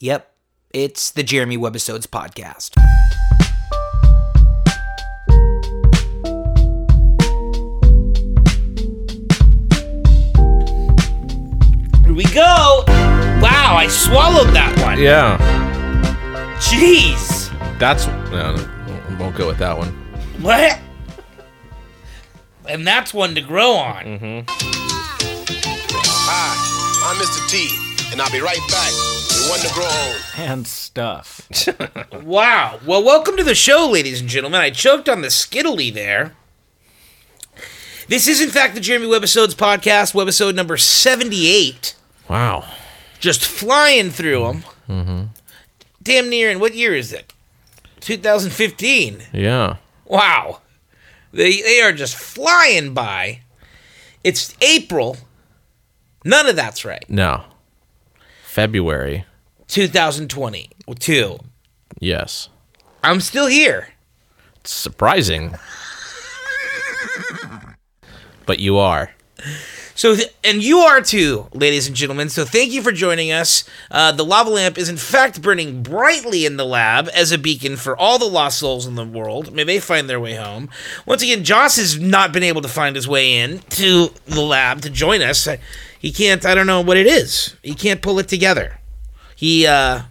Yep, it's the Jeremy Webisodes podcast. Here we go. Wow, I swallowed that one. Yeah, Jeez. that's no, no, won't go with that one. What? And that's one to grow on. Hi, I'm Mr. T, and I'll be right back. We want to grow old. and stuff. Wow. Well, welcome to the show, ladies and gentlemen. I choked on the skittily there. This is, in fact, the Jeremy Webisodes podcast, webisode number 78. Wow, Just flying through them. Mm-hmm. Damn near, and what year is it? 2015. yeah, Wow. They, they are just flying by. It's April. None of that's right. no, February, 2022. yes, I'm still here. it's surprising, but you are. So, th- and you are too, ladies and gentlemen. So, thank you for joining us. Uh, the lava lamp is, in fact, burning brightly in the lab as a beacon for all the lost souls in the world. May they find their way home. Once again, Joss has not been able to find his way in to the lab to join us. I- He can't. I don't know what it is. He can't pull it together. He uh,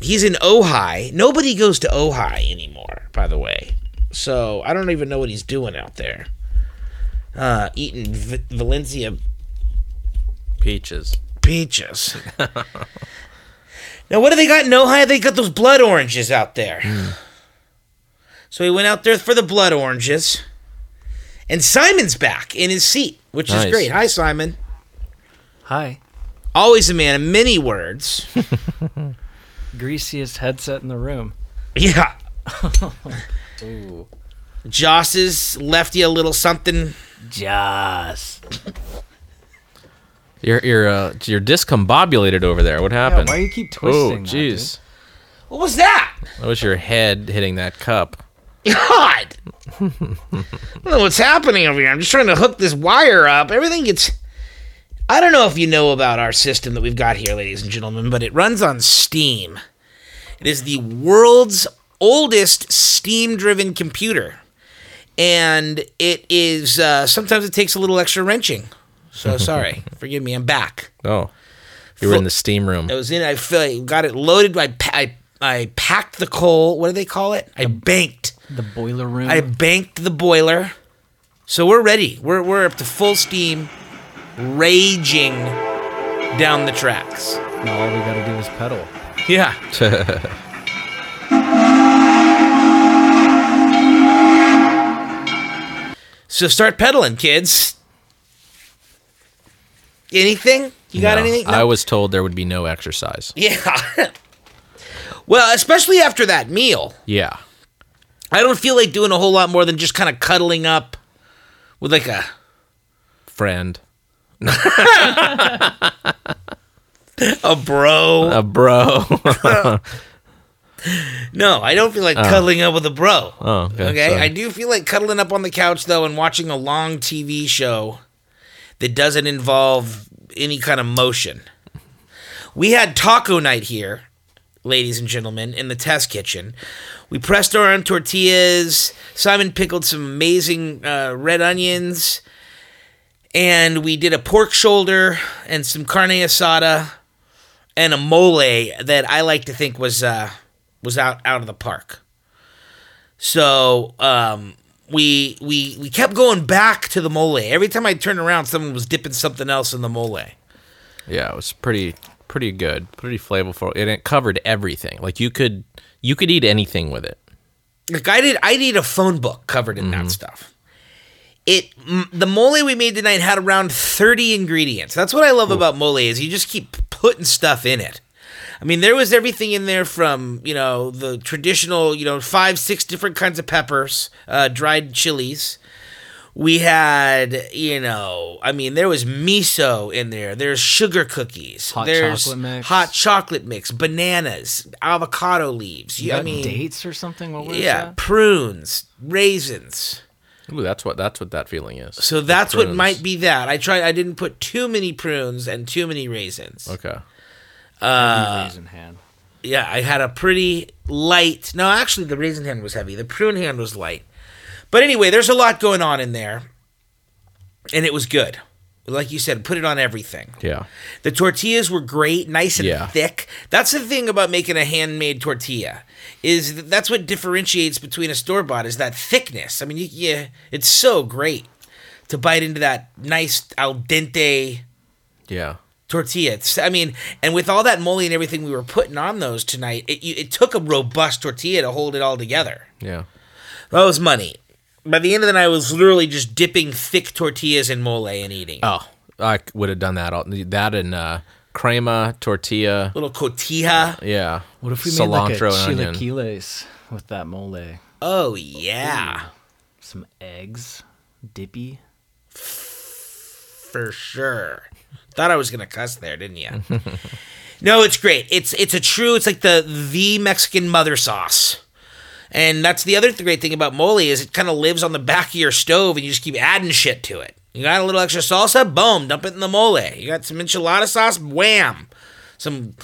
he's in Ojai. Nobody goes to Ojai anymore, by the way. So I don't even know what he's doing out there. Uh, eating v- Valencia Peaches. peaches. now, what do they got in Ohio? They got those blood oranges out there. So he went out there for the blood oranges. And Simon's back in his seat, which is Nice. great. Hi, Simon. Hi, Always a man of many words. greasiest headset in the room. yeah. Joss's left you a little something. Joss. You're you're uh, you're discombobulated over there. What Yeah, happened? why you keep twisting? oh, that, jeez, What was that? that was your head hitting that cup. God. I don't know what's happening over here. I'm just trying to hook this wire up. Everything gets. I don't know if you know about our system that we've got here, ladies and gentlemen, but it runs on Steam. It is the world's oldest Steam driven computer. And it is. Uh, sometimes it takes a little extra wrenching. So sorry. Forgive me. I'm back. Oh, you were in the steam room. I was in. I feel I got it loaded. I, pa- I, I packed the coal. What do they call it? I banked. dude. The boiler room. I Mm-hmm. banked the boiler. So we're ready. We're, we're up to full steam, raging down the tracks. now all we gotta do is pedal. Yeah. so start pedaling, kids. Anything? You got No, anything? I No? was told there would be no exercise. yeah. well, especially after that meal. Yeah, I don't feel like doing a whole lot more than just kind of cuddling up with like a friend, a bro. a bro. No, I don't feel like cuddling up with a bro. Oh, okay, okay. sorry. I do feel like cuddling up on the couch though and watching a long TV show that doesn't involve any kind of motion. We had taco night here, ladies and gentlemen, in the test kitchen. We pressed our own tortillas. Simon pickled some amazing uh, red onions, and we did a pork shoulder and some carne asada and a mole that I like to think was uh, was out out of the park. So um, we we we kept going back to the mole. Every time I turned around, someone was dipping something else in the mole. Yeah, it was pretty pretty good, pretty flavorful, and it covered everything. Like you could you could eat anything with it. Like I did, I need a phone book covered in Mm-hmm. that stuff. It m- the mole we made tonight had around thirty ingredients. That's what I love about mole is you just keep putting stuff in it. I mean, there was everything in there from you know the traditional you know five six different kinds of peppers, uh, dried chilies. We had you know I mean there was miso in there. There's sugar cookies. Hot there's chocolate mix. hot chocolate mix, bananas, avocado leaves. You Yeah, got I mean dates or something? What was yeah, that? prunes, raisins. Ooh, that's what that's what that feeling is. So that's what Prunes. might be that. I tried. I didn't put too many prunes and too many raisins. Okay. Uh, raisin hand. yeah, I had a pretty light. No, actually, the raisin hand was heavy. The prune hand was light. But anyway, there's a lot going on in there, and it was good. Like you said, put it on everything. Yeah. The tortillas were great, nice and Yeah. thick. That's the thing about making a handmade tortilla is th- that's what differentiates between a store bought is that thickness. I mean, you, you, it's so great to bite into that nice al dente Yeah. tortilla. It's- I mean, and with all that moly and everything we were putting on those tonight, it, you- it took a robust tortilla to hold it all together. Yeah. That was money. By the end of the night, I was literally just dipping thick tortillas in mole and eating. Oh, I would have done that. All, that and uh, crema tortilla. Little cotija. Yeah. What if we cilantro made and like a onion? chilaquiles with that mole? Oh, yeah. Some eggs, dippy. for sure. Thought I was gonna cuss there, didn't you? no, it's great. It's it's a true. It's like the the Mexican mother sauce, and that's the other th- great thing about mole is it kind of lives on the back of your stove, and you just keep adding shit to it. You got a little extra salsa, boom, dump it in the mole. You got some enchilada sauce, wham. Some,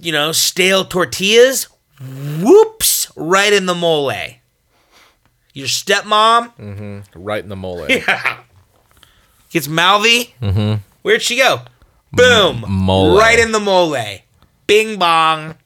you know, stale tortillas, whoops, right in the mole. Your stepmom, Right in the mole. gets mouthy. Mm-hmm. Where'd she go? Boom. mole. Right in the mole. Bing bong.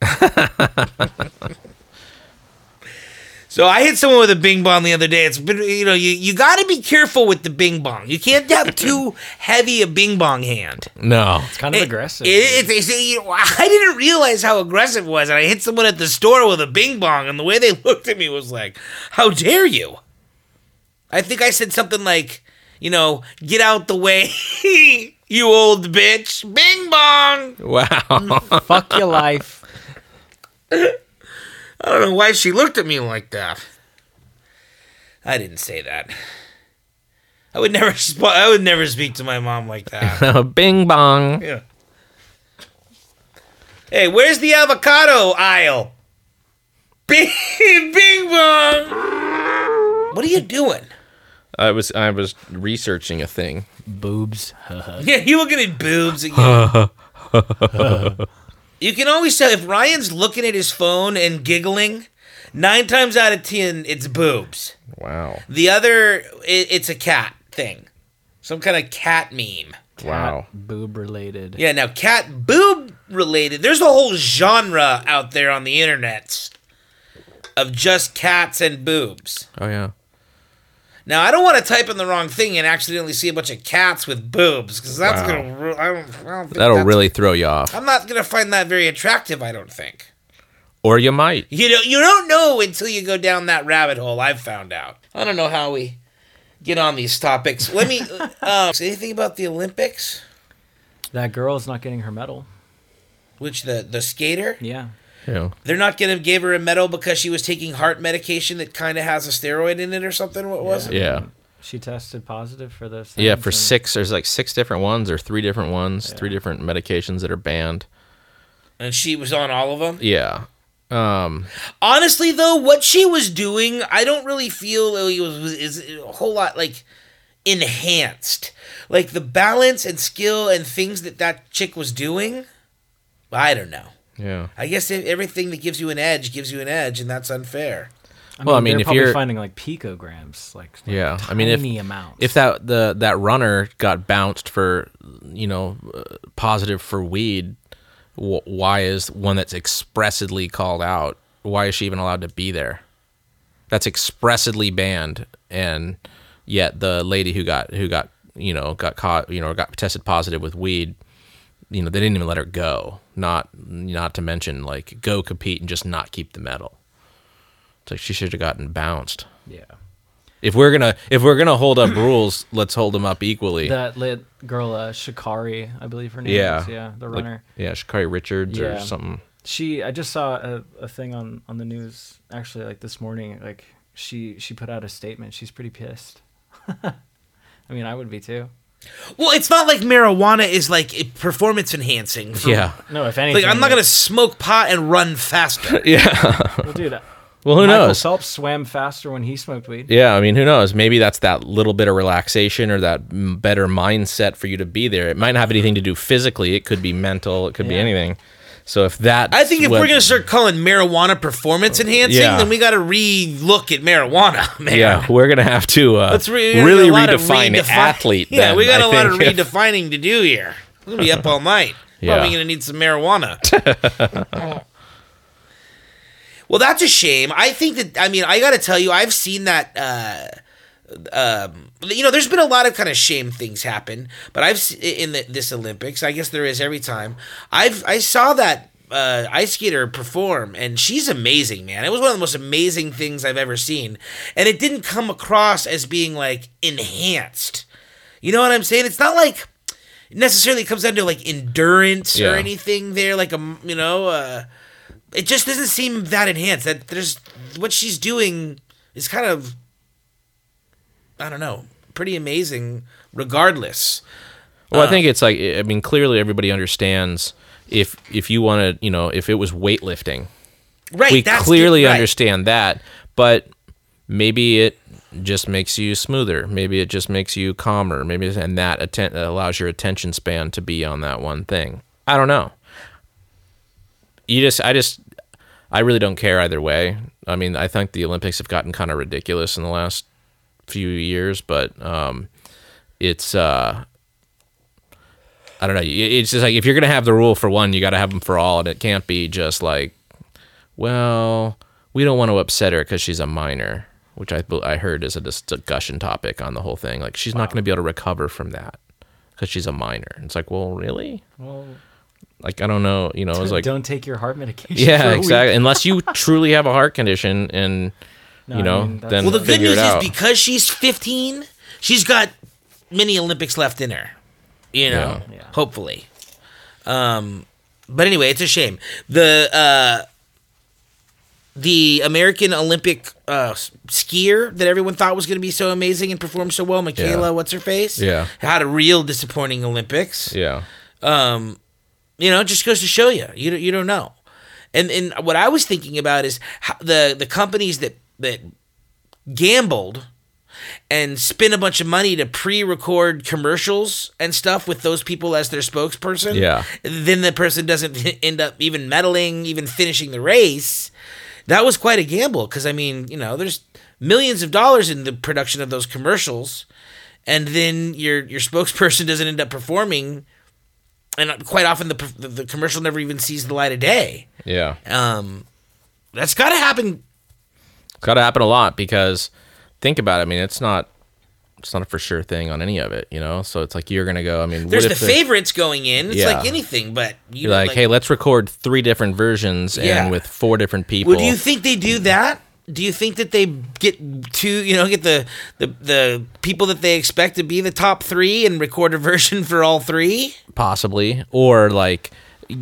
so I hit someone with a bing bong the other day. It's been, you know, you, you got to be careful with the bing bong. You can't have too heavy a bing bong hand. No. Kind of aggressive. It, it, it's- it's- you know, I didn't realize how aggressive it was, and I hit someone at the store with a bing bong, and the way they looked at me was like, "How dare you!" I think I said something like, "You know, get out the way, you old bitch!" Bing bong. Wow. Fuck your life. I don't know why she looked at me like that. I didn't say that. I would never. sp- I would never speak to my mom like that. Bing bong. yeah. Hey, where's the avocado aisle? Bing, bing bong. What are you doing? I was I was researching a thing. Boobs. Yeah, you looking at boobs again. you can always tell if Ryan's looking at his phone and giggling. Nine times out of ten, it's boobs. Wow. The other, it, it's a cat thing, some kind of cat meme. Wow. Boob related. Yeah, now cat boob related. There's a whole genre out there on the internet of just cats and boobs. Oh yeah. Now I don't want to type in the wrong thing and accidentally see a bunch of cats with boobs because that's Wow. gonna. ru- I don't. I don't think That'll that's- really throw you off. I'm not gonna find that very attractive. I don't think. Or you might. You know. You don't know until you go down that rabbit hole. I've found out. I don't know how we get on these topics. Let me. um, say anything about the Olympics? That girl's not getting her medal. Which the the skater? Yeah. Yeah. They're not gonna give her a medal because she was taking heart medication that kind of has a steroid in it or something. What was it? Yeah. She tested positive for this. Yeah, for six there's like six different ones or three different ones, three different medications that are banned. And she was on all of them. Yeah. Um Honestly, though, what she was doing, I don't really feel it was, was is a whole lot like enhanced. Like the balance and skill and things that that chick was doing. I don't know. yeah. I guess if everything that gives you an edge gives you an edge, and that's unfair. I Well, I mean, they're if probably you're- finding like picograms, like, like Yeah, tiny I mean, if- amounts. If that the that runner got bounced for you know uh, positive for weed, wh- why is one that's expressly called out? Why is she even allowed to be there? That's expressly banned, and yet the lady who got who got you know got caught you know got tested positive with weed, you know they didn't even let her go. Not not to mention like go compete and just not keep the medal. It's like she should have gotten bounced. yeah, If we're gonna if we're gonna hold up rules, let's hold them up equally. that lit girl uh, Shikari, I believe her name yeah, is. Yeah, the Like- runner. yeah, Shakari Richards Yeah. or something. she, I just saw a, a thing on on the news actually, like this morning. Like she she put out a statement. She's pretty pissed. I mean, I would be too. Well, it's not like marijuana is like performance enhancing. for- Yeah, No, if Like anything, I'm not gonna smoke pot and run faster. yeah. Well, dude, uh, Well, who Michael knows? Phelps swam faster when he smoked weed. Yeah, I mean, who knows? Maybe that's that little bit of relaxation or that m- better mindset for you to be there. It might not have anything to do physically. It could be mental. It could be Yeah. anything. So if that, I think if we're gonna start calling marijuana performance enhancing, Yeah. then we got to re-look at marijuana, man. yeah, we're gonna have to uh, Let's re- we gotta really do a lot of redefine redefi- athlete. Yeah, then, we got I a lot of think. redefining to do here. We're gonna be up all night. Yeah. Probably gonna need some marijuana. well, that's a shame. I think that I mean I got to tell you, I've seen that. Uh, um, you know, there's been a lot of kind of shame things happen, but I've se- in the, this Olympics, I guess there is every time. I've I saw that uh, ice skater perform, and she's amazing, man. It was one of the most amazing things I've ever seen, and it didn't come across as being like enhanced. You know what I'm saying? It's not like necessarily comes down to like endurance Yeah. or anything there, like a you know. Uh, it just doesn't seem that enhanced. That there's what she's doing is kind of I don't know, pretty amazing regardless. Well, I think it's like I mean, clearly everybody understands if if you want to, you know, if it was weightlifting, Right. we that's the- clearly right. understand that, but maybe it just makes you smoother. Maybe it just makes you calmer. Maybe it's- and that atten- allows your attention span to be on that one thing. I don't know. You just, I just, I really don't care either way. I mean, I think the Olympics have gotten kind of ridiculous in the last few years, but um, it's, uh, I don't know. It- It's just like if you're gonna have the rule for one, you got to have them for all, and it can't be just like well, we don't want to upset her because she's a minor, which I bel- I heard is a dis- discussion topic on the whole thing. Like she's not going to be able to recover from that because she's a minor. And it's like, well, really? Well, Like I don't know. You know, it's like don't take your heart medication. for yeah, a week. exactly. Unless you truly have a heart condition, and No, you I know, mean, that's- then Well, the good figure news it is out. because she's 15, she's got many Olympics left in her. You know, Yeah. Yeah. hopefully. Um, but anyway, it's a shame. The uh, the American Olympic uh, s- skier that everyone thought was going to be so amazing and performed so well, Michaela, Yeah. what's her face? Yeah. had a real disappointing Olympics. yeah, You know, it just goes to show you, you don't- you don't know. And and what I was thinking about is how the the companies that that gambled and spent a bunch of money to pre-record commercials and stuff with those people as their spokesperson. Yeah. Then the person doesn't end up even medaling, even finishing the race. That was quite a gamble because I mean, you know, there's millions of dollars in the production of those commercials, and then your your spokesperson doesn't end up performing, and quite often the per- the, the commercial never even sees the light of day. yeah. Um, that's got to happen. It's got to happen a lot because think about it. I mean, it's not. It's not a for sure thing on any of it, you know. So it's like you're gonna go. I mean, There's what the if favorites going in. It's Yeah. like anything, but you You're know, like, hey, let's record three different versions Yeah. and with four different people. Well, do you think they do that? Do you think that they get to you know get the, the the people that they expect to be the top three and record a version for all three? possibly, or like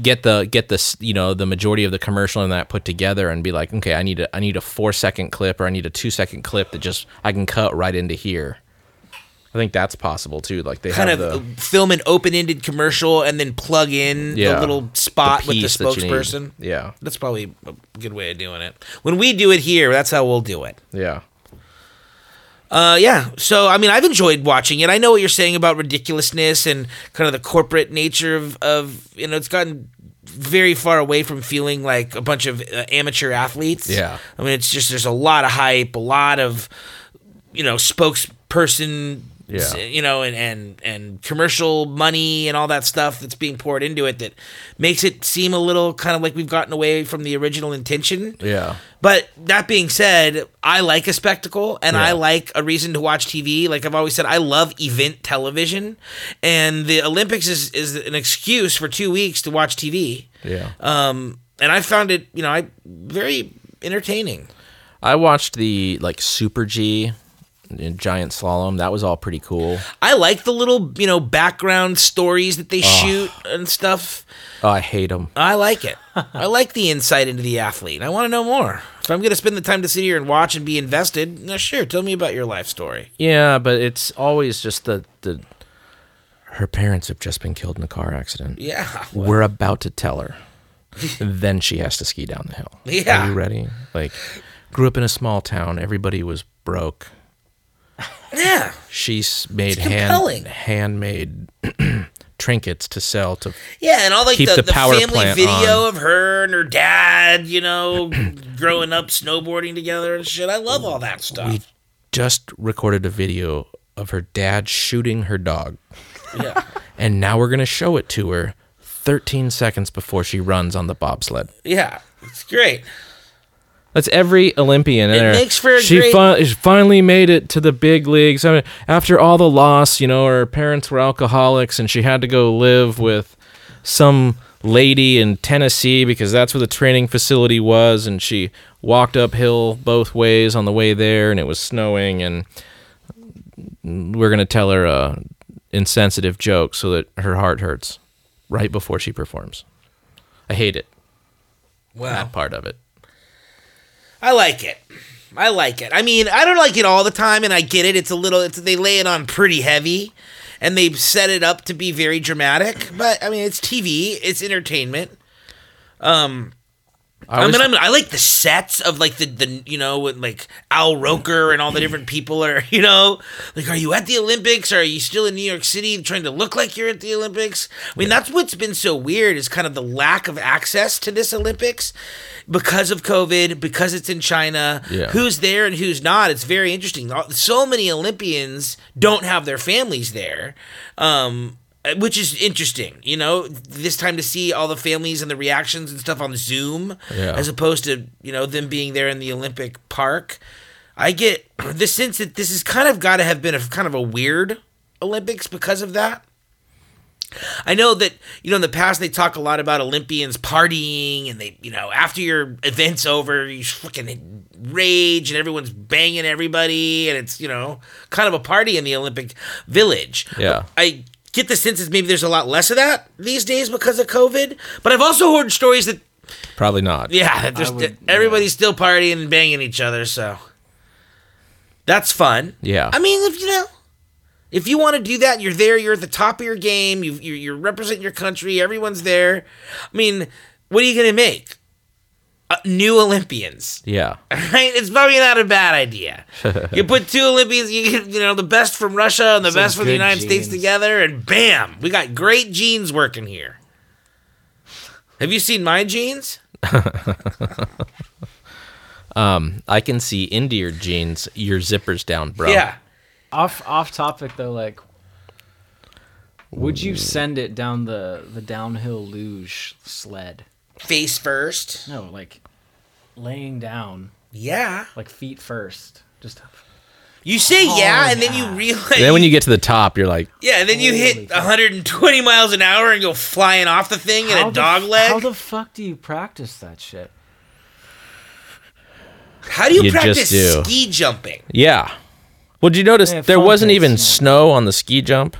get the get this you know the majority of the commercial and that put together and be like, okay, I need a I need a four second clip or I need a two second clip that just I can cut right into here. I think that's possible too. Like they Kind have of the, film an open ended commercial and then plug in Yeah. the little spot with the piece that you need. spokesperson. Yeah, That's probably a good way of doing it. When we do it here, that's how we'll do it. yeah, Uh, yeah. So I mean, I've enjoyed watching it. I know what you're saying about ridiculousness and kind of the corporate nature of, of you know, it's gotten very far away from feeling like a bunch of uh, amateur athletes. Yeah. I mean, it's just there's a lot of hype, a lot of you know spokesperson. Yeah. You know, and, and and commercial money and all that stuff that's being poured into it that makes it seem a little kind of like we've gotten away from the original intention. yeah, But that being said, I like a spectacle and I like a reason to watch TV. Like I've always said, I love event television, and the Olympics is is an excuse for two weeks to watch TV. yeah. Um, and I found it, you know, I very entertaining. I watched the like Super G, and Giant Slalom. That was all pretty cool. I like the little, you know, background stories that they shoot and stuff. Oh, I hate them. I like it. I like the insight into the athlete. I want to know more. If I'm going to spend the time to sit here and watch and be invested, yeah, sure, tell me about your life story. Yeah, but it's always just the the her parents have just been killed in a car accident. Yeah. We're about to tell her. then she has to ski down the hill. Are Yeah. you ready? Like grew up in a small town, everybody was broke. Yeah. She s- made It's compelling. hand, handmade trinkets to sell to Yeah, and all like Keep the, the the power family plant video of her and her dad, you know, growing up snowboarding together and shit. I love all that stuff. we just recorded a video of her dad shooting her dog yeah. and now we're going to show it to her 13 seconds before she runs on the bobsled Yeah. It's great. that's every olympian in It there makes for a she, great- fi- she finally made it to the big leagues I mean, after all the loss you know her parents were alcoholics and she had to go live with some lady in tennessee because that's where the training facility was and she walked uphill both ways on the way there and it was snowing and we're going to tell her a insensitive joke so that her heart hurts right before she performs. I hate it, Wow. that part of it. I like it. I like it. I mean, I don't like it all the time, and I get it. It's a little. It's, they lay it on pretty heavy, and they set it up to be very dramatic. But I mean, it's TV. It's entertainment. I, I always, mean, I mean, I like the sets of like the the you know with like Al Roker and all the different people are you know like are you at the Olympics? Or are you still in New York City trying to look like you're at the Olympics? I mean, that's what's been so weird is kind of the lack of access to this Olympics because of COVID, because it's in China. Yeah. Who's there and who's not? It's very interesting. So many Olympians don't have their families there. Um, uh, which is interesting, you know, this time to see all the families and the reactions and stuff on Zoom Yeah. as opposed to, you know, them being there in the Olympic Park. I get the sense that this has kind of got to have been a kind of a weird Olympics because of that. I know that you know in the past they talk a lot about Olympians partying and they you know after your event's over you fucking rage and everyone's banging everybody and it's you know kind of a party in the Olympic Village. Yeah. I get the sense that maybe there's a lot less of that these days because of COVID. But I've also heard stories that probably not. yeah, that there's, would- that everybody's still partying and banging each other, so that's fun. Yeah. I mean, if you know, if you want to do that, you're there. You're at the top of your game. You you you represent your country. Everyone's there. I mean, what are you gonna make? Uh, new Olympians, Yeah. right? It's probably not a bad idea. you put two Olympians, you get you know the best from Russia and the Some best from the good United States genes. together, and bam, we got great genes working here. Have you seen my genes? I can see into your jeans, your zippers down, bro. Yeah. Off off topic though, like, would you send it down the the downhill luge sled? face first. No, like laying down, Yeah. like feet first. Just You say yeah, and then Oh, yeah. you realize. And then when you get to the top, you're like, yeah, and then you hit Holy cow. 120 miles an hour and go flying off the thing in How a the dog f- leg. How the fuck do you practice that shit? How do you, You just practice do. ski jumping? yeah. Well, did you notice Yeah, there foam wasn't pits, even yeah. snow on the ski jump?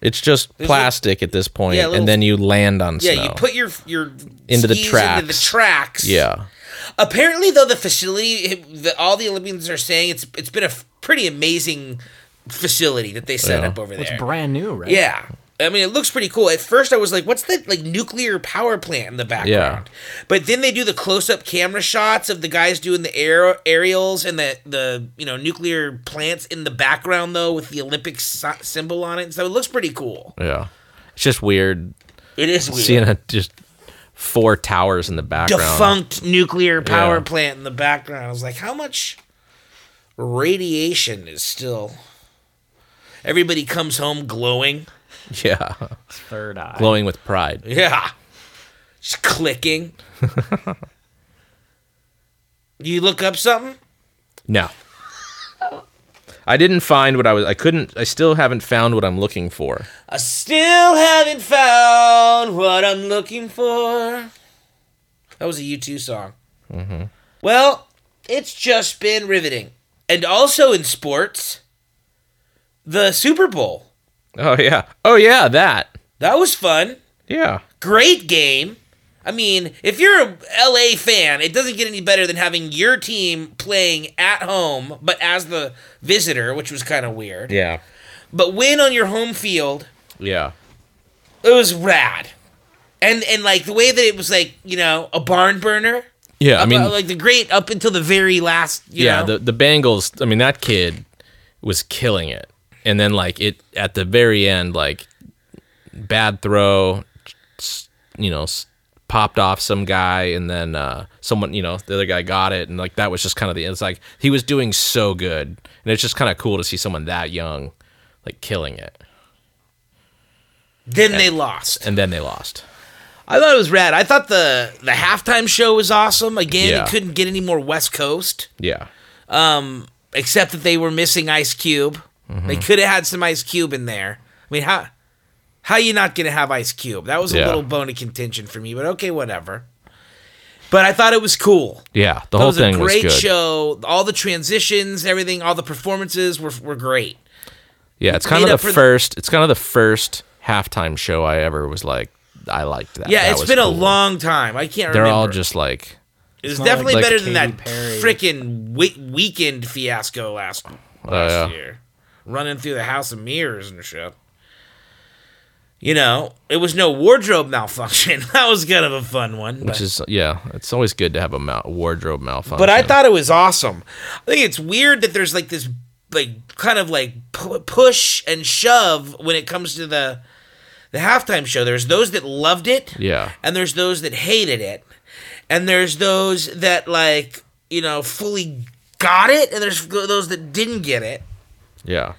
It's just There's plastic at this point, Yeah, little- and then you land on Yeah, snow. you put your your Into the skis Into the tracks. tracks. yeah. Apparently, though, the facility, the, all the Olympians are saying it's it's been a f- pretty amazing facility that they set Yeah. up over there. It's brand new, right? Yeah. I mean, it looks pretty cool. At first, I was like, "What's that like nuclear power plant in the background?" But then they do the close-up camera shots of the guys doing the aer- aerials and the the you know nuclear plants in the background though with the Olympic si- symbol on it. So it looks pretty cool. Yeah. It's just weird It is weird. seeing a, just four towers in the background. Defunct nuclear power Yeah. plant in the background. I was like, "How much radiation is still?" Everybody comes home glowing. Yeah. Third eye. Glowing with pride. Yeah. Just clicking. you look up something? No. I didn't find what I was. I couldn't. I still haven't found what I'm looking for. I still haven't found what I'm looking for. That was a U2 song. Mm-hmm. Well, it's just been riveting. And also in sports, the Super Bowl. Oh yeah. Oh yeah. That. That was fun. Yeah. great game. I mean, if you're a LA fan, it doesn't get any better than having your team playing at home, but as the visitor, which was kind of weird. Yeah. But win on your home field, Yeah. it was rad. And and like the way that it was like you know a barn burner. uh, Yeah. I mean. like the great up until the very last. You yeah. know? The the Bengals. I mean that kid. was killing it. And then like it at the very end, like bad throw, s- you know, s- popped off some guy, and then uh, someone, you know, the other guy got it, and like that was just kind of the. It's like he was doing so good, and it's just kind of cool to see someone that young, like killing it, Then they lost. and then they lost. I thought it was rad. I thought the the halftime show was awesome. Again, Yeah. it couldn't get any more West Coast, Yeah, except that they were missing Ice Cube. Mm-hmm. They could have had some Ice Cube in there. I mean, how how you not gonna have Ice Cube? That was a Yeah. little bone of contention for me, but okay, whatever. But I thought it was cool. yeah, the That whole was a thing was great good. show. All the transitions, everything, all the performances were were great. Yeah, it's kind made of up the for the- first. It's kind of the first halftime show I ever was like. I liked that. Yeah, That it's was been a cool. long time. I can't They're remember. all just like It was It's not definitely like- better like than Katy that Perry. freaking we- weekend fiasco last last yeah. year, running through the house of mirrors and shit. You know, it was no wardrobe malfunction. that was kind of a fun one. which but- is yeah. It's always good to have a mal- wardrobe malfunction. but I thought it was awesome. I think it's weird that there's like this like kind of like pu- push and shove when it comes to the the halftime show. There's those that loved it, Yeah. and there's those that hated it, and there's those that like you know fully got it, and there's those that didn't get it. yeah.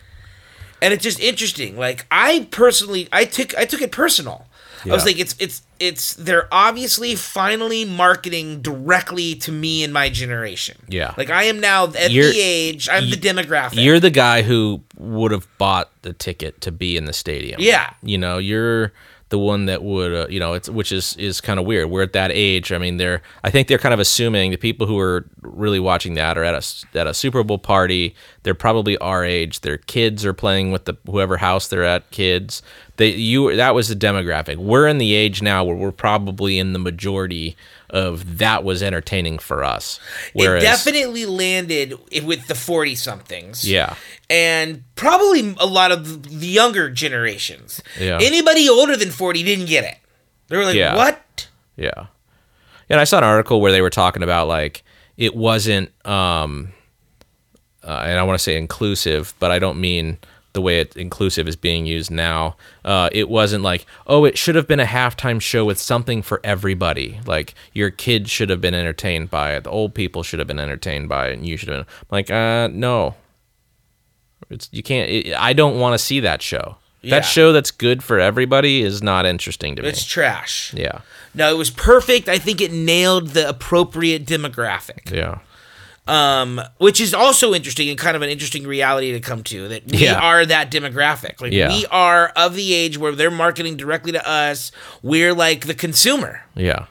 And it's just interesting. Like I personally, I took I took it personal. I was Yeah. like, it's it's it's they're obviously finally marketing directly to me and my generation. Yeah. like I am now at You're- the age. I'm the demographic. You're the guy who would have bought the ticket to be in the stadium. Yeah. You know, you're the one that would, uh, you know, it's which is is kind of weird. We're at that age. I mean, they're I think they're kind of assuming the people who are really watching that are at a s- at a Super Bowl party. They're probably our age. Their kids are playing with the whoever house they're at. Kids. They you that was the demographic. We're in the age now where we're probably in the majority of that was entertaining for us. it Whereas, definitely landed i- with the forty somethings. Yeah. and probably a lot of the younger generations. Yeah. anybody older than forty didn't get it. They were like, Yeah. what? Yeah. And I saw an article where they were talking about like it wasn't um uh, and I want to say inclusive, but I don't mean the way it inclusive is being used now. Uh, it wasn't like, oh, it should have been a halftime show with something for everybody. Like your kids should have been entertained by it, the old people should have been entertained by it, and you should have been like, uh, no, it's you can't. It, I don't want to see that show. Yeah. That show that's good for everybody is not interesting to me. It's trash. yeah, No, it was perfect. I think it nailed the appropriate demographic. yeah. um, which is also interesting and kind of an interesting reality to come to that we Yeah. are that demographic. Like Yeah. we are of the age where they're marketing directly to us. We're like the consumer. Yeah.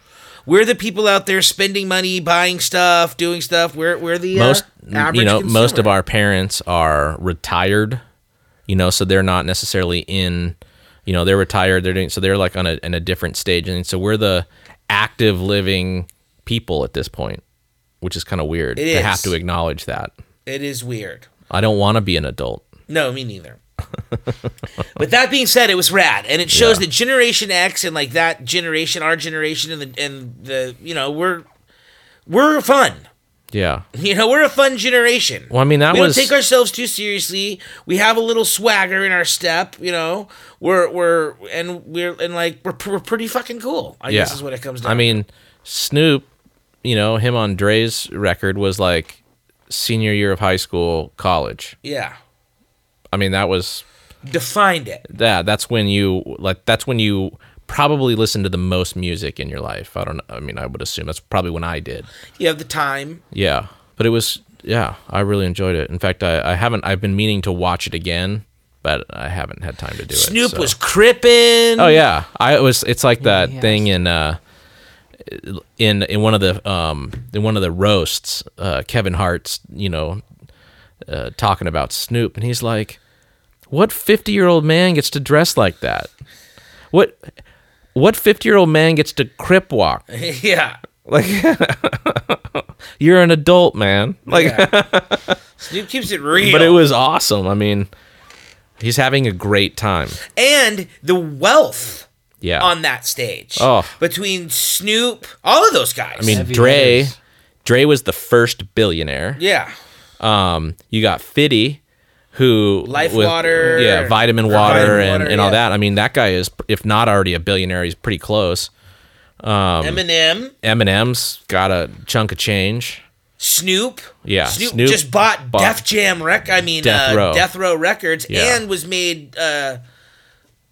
We're the people out there spending money, buying stuff, doing stuff. We're we're the uh, Most average you know, most of consumer. our parents are retired, you know, so they're not necessarily in you know, they're retired, they're doing so they're like on a in a different stage and so we're the active living people at this point, which is kind of weird It to have is. to acknowledge that. it is weird. I don't want to be an adult. No, me neither. but that being said, it was rad, and it shows that Generation X and like that generation, our generation, and the and the you know we're we're fun. Yeah. You know, we're a fun generation. Well, I mean, that we was- don't take ourselves too seriously. We have a little swagger in our step. You know, we're we're and we're and like we're, pr- we're pretty fucking cool. I yeah. guess is what it comes down. I mean, Snoop, you know, him on Dre's record was like senior year of high school, college. to. yeah, I mean, that was defined it. that that's when you like that's when you probably listen to the most music in your life i don't i mean i would assume that's probably when i did You have the time. yeah but it was yeah i really enjoyed it in fact i, I haven't i've been meaning to watch it again but i haven't had time to do it Snoop so. was crippin'. oh yeah i was it's like that Mm-hmm. Yes. thing in uh in in one of the um in one of the roasts uh kevin hart's you know uh talking about snoop and he's like what 50 year old man gets to dress like that what what 50 year old man gets to crip walk yeah. you're an adult man like Snoop keeps it real. but it was awesome i mean he's having a great time and the wealth yeah on that stage. Oh. between Snoop, all of those guys. i mean Heavy dre hitters. dre was the first billionaire yeah, Um, you got Fiddy, who Life water. yeah, vitamin Or water, vitamin and, water, and all yeah. that. I mean, that guy is, if not already a billionaire, he's pretty close. um, Eminem, Eminem's got a chunk of change. Snoop. Yeah, Snoop, Snoop just bought, bought- Def Jam Rec. I mean, Death uh, Row. Death Row Records, Yeah. and was made uh,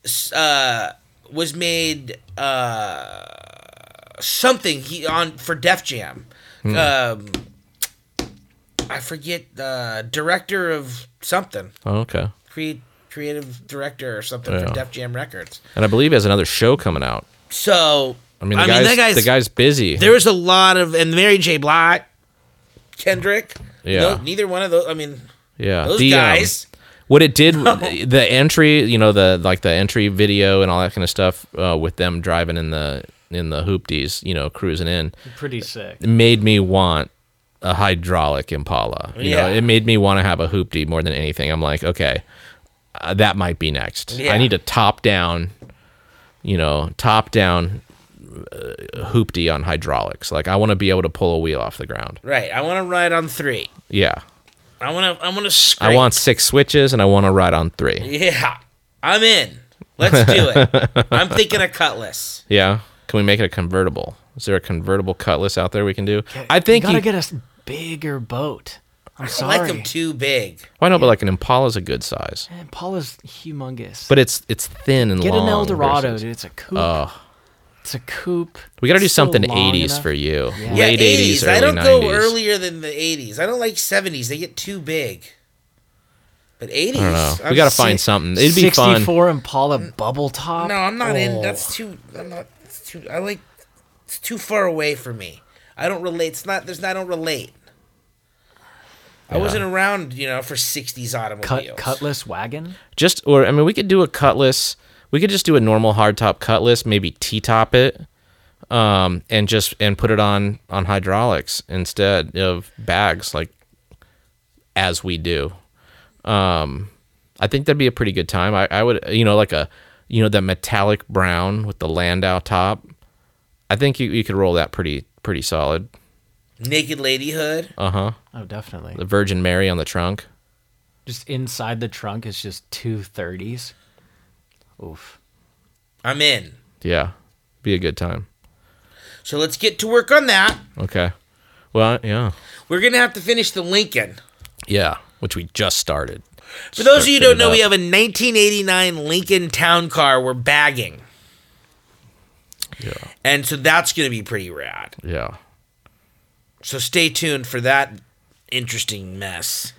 s- uh, was made uh, something he on for Def Jam. Hmm. Um, I forget uh, director of something, Oh, okay, create creative director or something Yeah. for Def Jam Records. and I believe he has another show coming out. So I mean, the, guy's, that guy's the guy's busy. There was a lot of and Mary J. Blige, Kendrick. Yeah. No, neither one of those. I mean, yeah, those DM. guys. What it did, the entry, you know, the like the entry video and all that kind of stuff uh, with them driving in the in the hoopties, you know, cruising in, Pretty sick. it made me want a hydraulic Impala. You know, Yeah. it made me want to have a hoopty more than anything. I'm like, okay, uh, that might be next. Yeah. I need a top down, you know, top down uh, hoopty on hydraulics. Like, I want to be able to pull a wheel off the ground. Right. I want to ride on three. Yeah. I want to. I want to. I want six switches and I want to ride on three. Yeah. I'm in. Let's do it. I'm thinking a cutlass. Yeah. Can we make it a convertible? Is there a convertible cutlass out there we can do? I think you gotta you, get a s- bigger boat. I'm I sorry. like them too big. why not? But like an Impala's a good size, Man, Paula's humongous. but it's it's thin and get long. an Eldorado, versus- dude. It's a coupe. Oh. It's a coupe. We got to do It's still something long 80s enough. for you. Yeah. Yeah, Late 80s. 80s, early I don't 90s. go earlier than the 80s. I don't like 70s. They get too big. But 80s. I don't know. I'm We got to si- find something. It'd be fun. 64 Impala bubble top. No, I'm not in. Oh. That's too. I'm not. It's too. I like. It's too far away for me. I don't relate. It's not. There's. not- I don't relate. I wasn't around, you know, for '60s Cut, automobiles. Cutlass wagon. Just or I mean, we could do a cutlass. We could just do a normal hardtop cutlass, maybe T-top it, um, and just and put it on on hydraulics instead of bags, like as we do. Um, I think that'd be a pretty good time. I, I would, you know, like a, you know, that metallic brown with the Landau top. I think you, you could roll that pretty pretty solid. Naked Lady Hood. Uh huh. Oh, definitely. the Virgin Mary on the trunk. Just inside the trunk is just two 30s. Oof. I'm in. Yeah, be a good time. So let's get to work on that. Okay. Well, yeah, We're gonna have to finish the Lincoln. yeah, which we just started. For those of you who don't fitting know, up. we have a 1989 Lincoln Town Car. We're bagging, Yeah, and so that's gonna be pretty rad. yeah. So stay tuned for that interesting mess.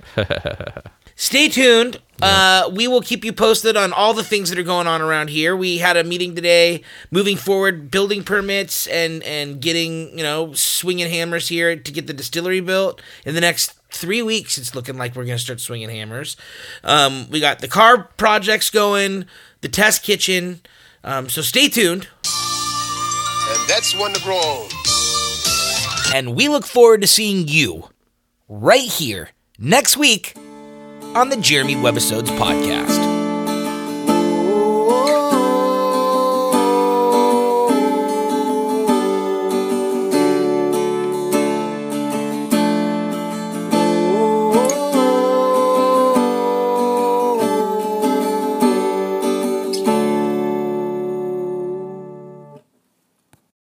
stay tuned. Uh, we will keep you posted on all the things that are going on around here. We had a meeting today, moving forward, building permits and and getting you know swinging hammers here to get the distillery built. In the next three weeks, it's looking like we're gonna start swinging hammers. Um, we got the car projects going, the test kitchen. Um, so stay tuned. And that's one to grow on. and we look forward to seeing you right here next week on the Jeremy Webisodes podcast.